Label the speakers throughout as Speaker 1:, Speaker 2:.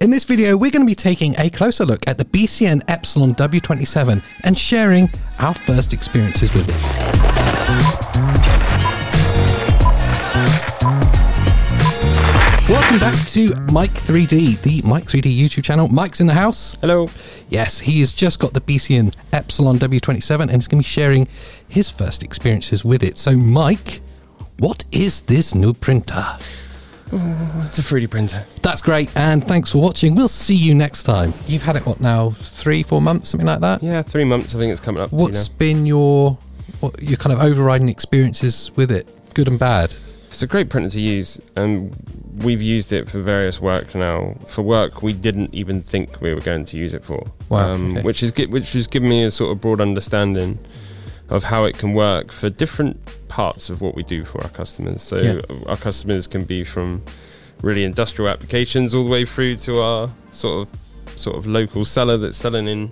Speaker 1: In this video, we're going to be taking a closer look at the BCN Epsilon W27 and sharing our first experiences with it. Welcome back to Mike 3D, the Mike 3D YouTube channel. Mike's in the house.
Speaker 2: Hello.
Speaker 1: Yes, he has just got the BCN Epsilon W27 and he's going to be sharing his first experiences with it. So, Mike, what is this new printer? Oh,
Speaker 2: It's a 3D printer.
Speaker 1: That's great, and thanks for watching. We'll see you next time. You've had it what now? Three, four months, something like that.
Speaker 2: Yeah, three months. I think it's coming up. to
Speaker 1: What's
Speaker 2: now.
Speaker 1: been your what, your kind of overriding experiences with it, good and bad?
Speaker 2: It's a great printer to use, and we've used it for various work now. For work, we didn't even think we were going to use it for. Um,
Speaker 1: Wow, okay.
Speaker 2: Which is gi- which has given me a sort of broad understanding of how it can work for different parts of what we do for our customers. So
Speaker 1: Yeah.
Speaker 2: our customers can be from really industrial applications all the way through to our sort of sort of local seller that's selling in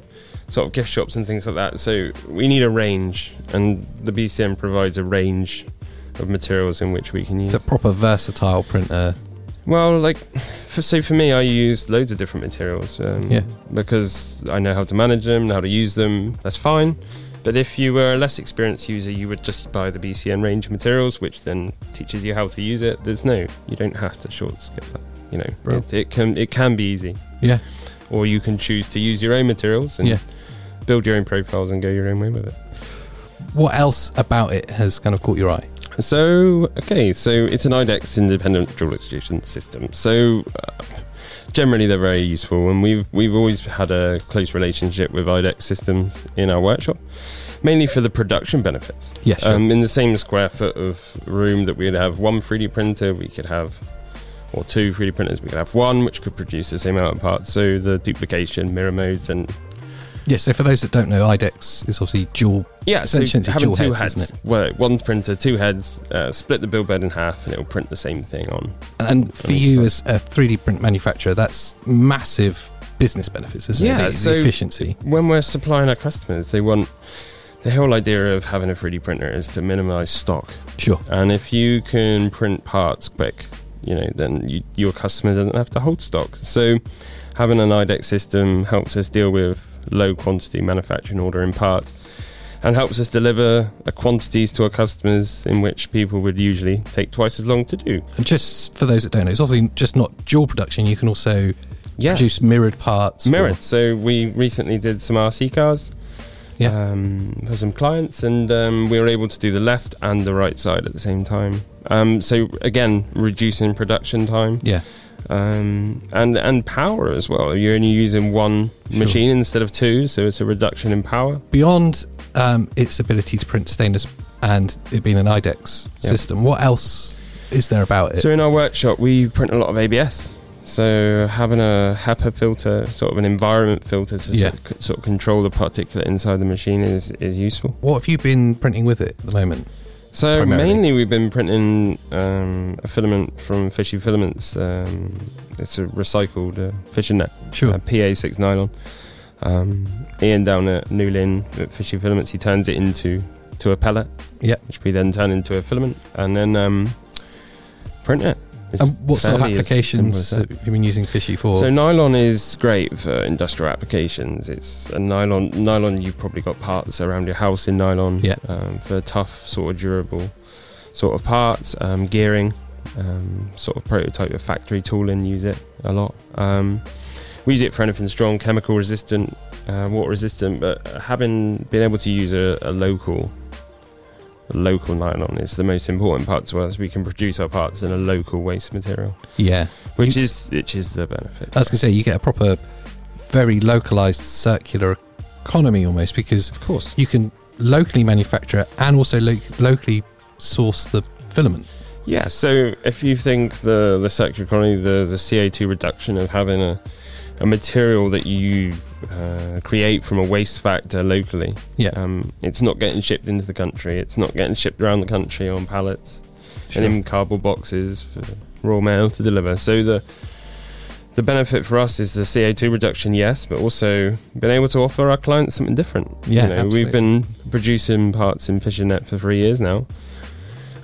Speaker 2: sort of gift shops and things like that. So we need a range, and the BCM provides a range of materials in which we can use.
Speaker 1: It's a proper versatile printer.
Speaker 2: Well, like, for, so for me, I use loads of different materials. Um,
Speaker 1: Yeah.
Speaker 2: Because I know how to manage them, know how to use them. That's fine. But if you were a less experienced user, you would just buy the BCN range of materials, which then teaches you how to use it. There's no, you don't have to short skip that. You know,
Speaker 1: Yeah.
Speaker 2: it, it can it can be easy,
Speaker 1: Yeah,
Speaker 2: or you can choose to use your own materials and
Speaker 1: Yeah.
Speaker 2: build your own profiles and go your own way with it.
Speaker 1: what else about it has kind of caught your eye?
Speaker 2: So, okay, so it's an IDEX independent dual extrusion system. So, uh, generally, they're very useful, and we've we've always had a close relationship with IDEX systems in our workshop, mainly for the production benefits.
Speaker 1: Yes, sure.
Speaker 2: Um, in the same square foot of room that we'd have one 3D printer, we could have or two 3D printers. We could have one which could produce the same amount of parts. So the duplication, mirror modes, and
Speaker 1: yeah. So for those that don't know, IDEX is obviously dual.
Speaker 2: Yeah, so
Speaker 1: Essentially, it's
Speaker 2: having
Speaker 1: dual
Speaker 2: two
Speaker 1: heads,
Speaker 2: heads,
Speaker 1: isn't
Speaker 2: well, one printer, two heads, uh, split the bill bed in half, and it'll print the same thing on.
Speaker 1: And for you as a 3D print manufacturer, that's massive business benefits, isn't it?
Speaker 2: Yeah,
Speaker 1: The-
Speaker 2: so-
Speaker 1: the efficiency.
Speaker 2: When we're supplying our customers, they want the whole idea of having a 3D printer is to minimize stock,
Speaker 1: Sure.
Speaker 2: and if you can print parts quick, you know, then you, your customer doesn't have to hold stock. So having an IDEX system helps us deal with low quantity manufacturing order in parts. And helps us deliver the quantities to our customers in which people would usually take twice as long to do.
Speaker 1: And just for those that don't know, it's obviously just not dual production. You can also
Speaker 2: Yes.
Speaker 1: produce mirrored parts. or-
Speaker 2: Mirrored. So we recently did some RC cars
Speaker 1: Yeah.
Speaker 2: um, for some clients, and um, we were able to do the left and the right side at the same time. Um, so again, reducing production time
Speaker 1: yeah.
Speaker 2: um, and and power as well. You're only using one
Speaker 1: Sure.
Speaker 2: machine instead of two, so it's a reduction in power.
Speaker 1: Beyond um, its ability to print stainless and it being an IDEX
Speaker 2: Yeah.
Speaker 1: system, what else is there about it?
Speaker 2: So in our workshop, we print a lot of ABS. So having a HEPA filter, sort of an environment filter to
Speaker 1: Yeah.
Speaker 2: sort, of, sort of control the particulate inside the machine is is useful.
Speaker 1: what have you been printing with it at the moment?
Speaker 2: So
Speaker 1: primarily.
Speaker 2: mainly we've been printing um, a filament from Fishy Filaments. Um, it's a recycled uh, fishing net,
Speaker 1: Sure.
Speaker 2: uh, PA6 nylon. Um, Ian down at Newlyn at Fishy Filaments, he turns it into to a pellet,
Speaker 1: Yep.
Speaker 2: which we then turn into a filament and then um, print it. It's
Speaker 1: and what sort of
Speaker 2: fairly as simple
Speaker 1: applications
Speaker 2: as that.
Speaker 1: have you been using Fishy for?
Speaker 2: So nylon is great for industrial applications. It's a nylon. Nylon, you've probably got parts around your house in nylon.
Speaker 1: Yeah.
Speaker 2: Um, for tough, sort of durable, sort of parts. Um, gearing, um, sort of prototype of factory tooling. Use it a lot. Um, we use it for anything strong, chemical resistant, uh, water resistant. But having been able to use a, a local. a Local nylon is the most important part to us. We can produce our parts in a local waste material,
Speaker 1: yeah.
Speaker 2: which is which is the benefit.
Speaker 1: I was going to say, you get a proper, very localized circular economy almost because
Speaker 2: Of course.
Speaker 1: you can locally manufacture it and also lo- locally source the filament.
Speaker 2: Yeah. So if you think the the circular economy, the the CO two reduction of having a a material that you uh, create from a waste factor locally,
Speaker 1: Yeah.
Speaker 2: um, it's not getting shipped into the country. It's not getting shipped around the country on pallets
Speaker 1: Sure.
Speaker 2: and in cardboard boxes for raw mail to deliver. So the the benefit for us is the CO2 reduction, yes, but also being able to offer our clients something different.
Speaker 1: Yeah,
Speaker 2: you know, we've
Speaker 1: absolutely.
Speaker 2: been producing parts in Fishing Net for three years now.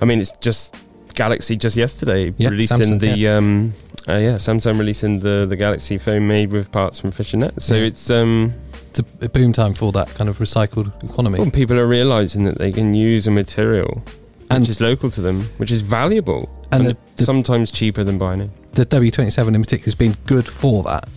Speaker 2: I mean, it's just Galaxy just yesterday
Speaker 1: Yeah,
Speaker 2: releasing
Speaker 1: Samsung,
Speaker 2: the um, Uh, yeah, Samsung releasing the, the Galaxy phone made with parts from Fisher Net. So
Speaker 1: Yeah.
Speaker 2: it's um,
Speaker 1: It's a, a boom time for that kind of recycled economy.
Speaker 2: well, people are realizing that they can use a material
Speaker 1: And-
Speaker 2: which is local to them, which is valuable,
Speaker 1: and
Speaker 2: and,
Speaker 1: the, the,
Speaker 2: sometimes cheaper than buying it.
Speaker 1: the W27 in particular has been good for that.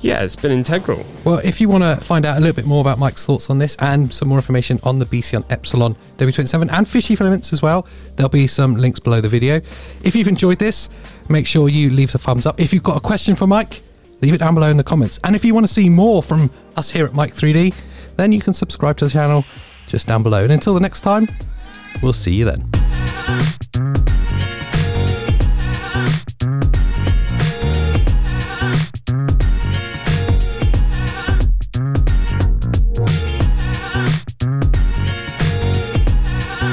Speaker 2: Yeah, it's been integral.
Speaker 1: Well, if you want to find out a little bit more about Mike's thoughts on this and some more information on the BC on Epsilon W27 and fishy filaments as well, there'll be some links below the video. If you've enjoyed this, make sure you leave a thumbs up. If you've got a question for Mike, leave it down below in the comments. And if you want to see more from us here at Mike 3D, then you can subscribe to the channel just down below. And until the next time, we'll see you then.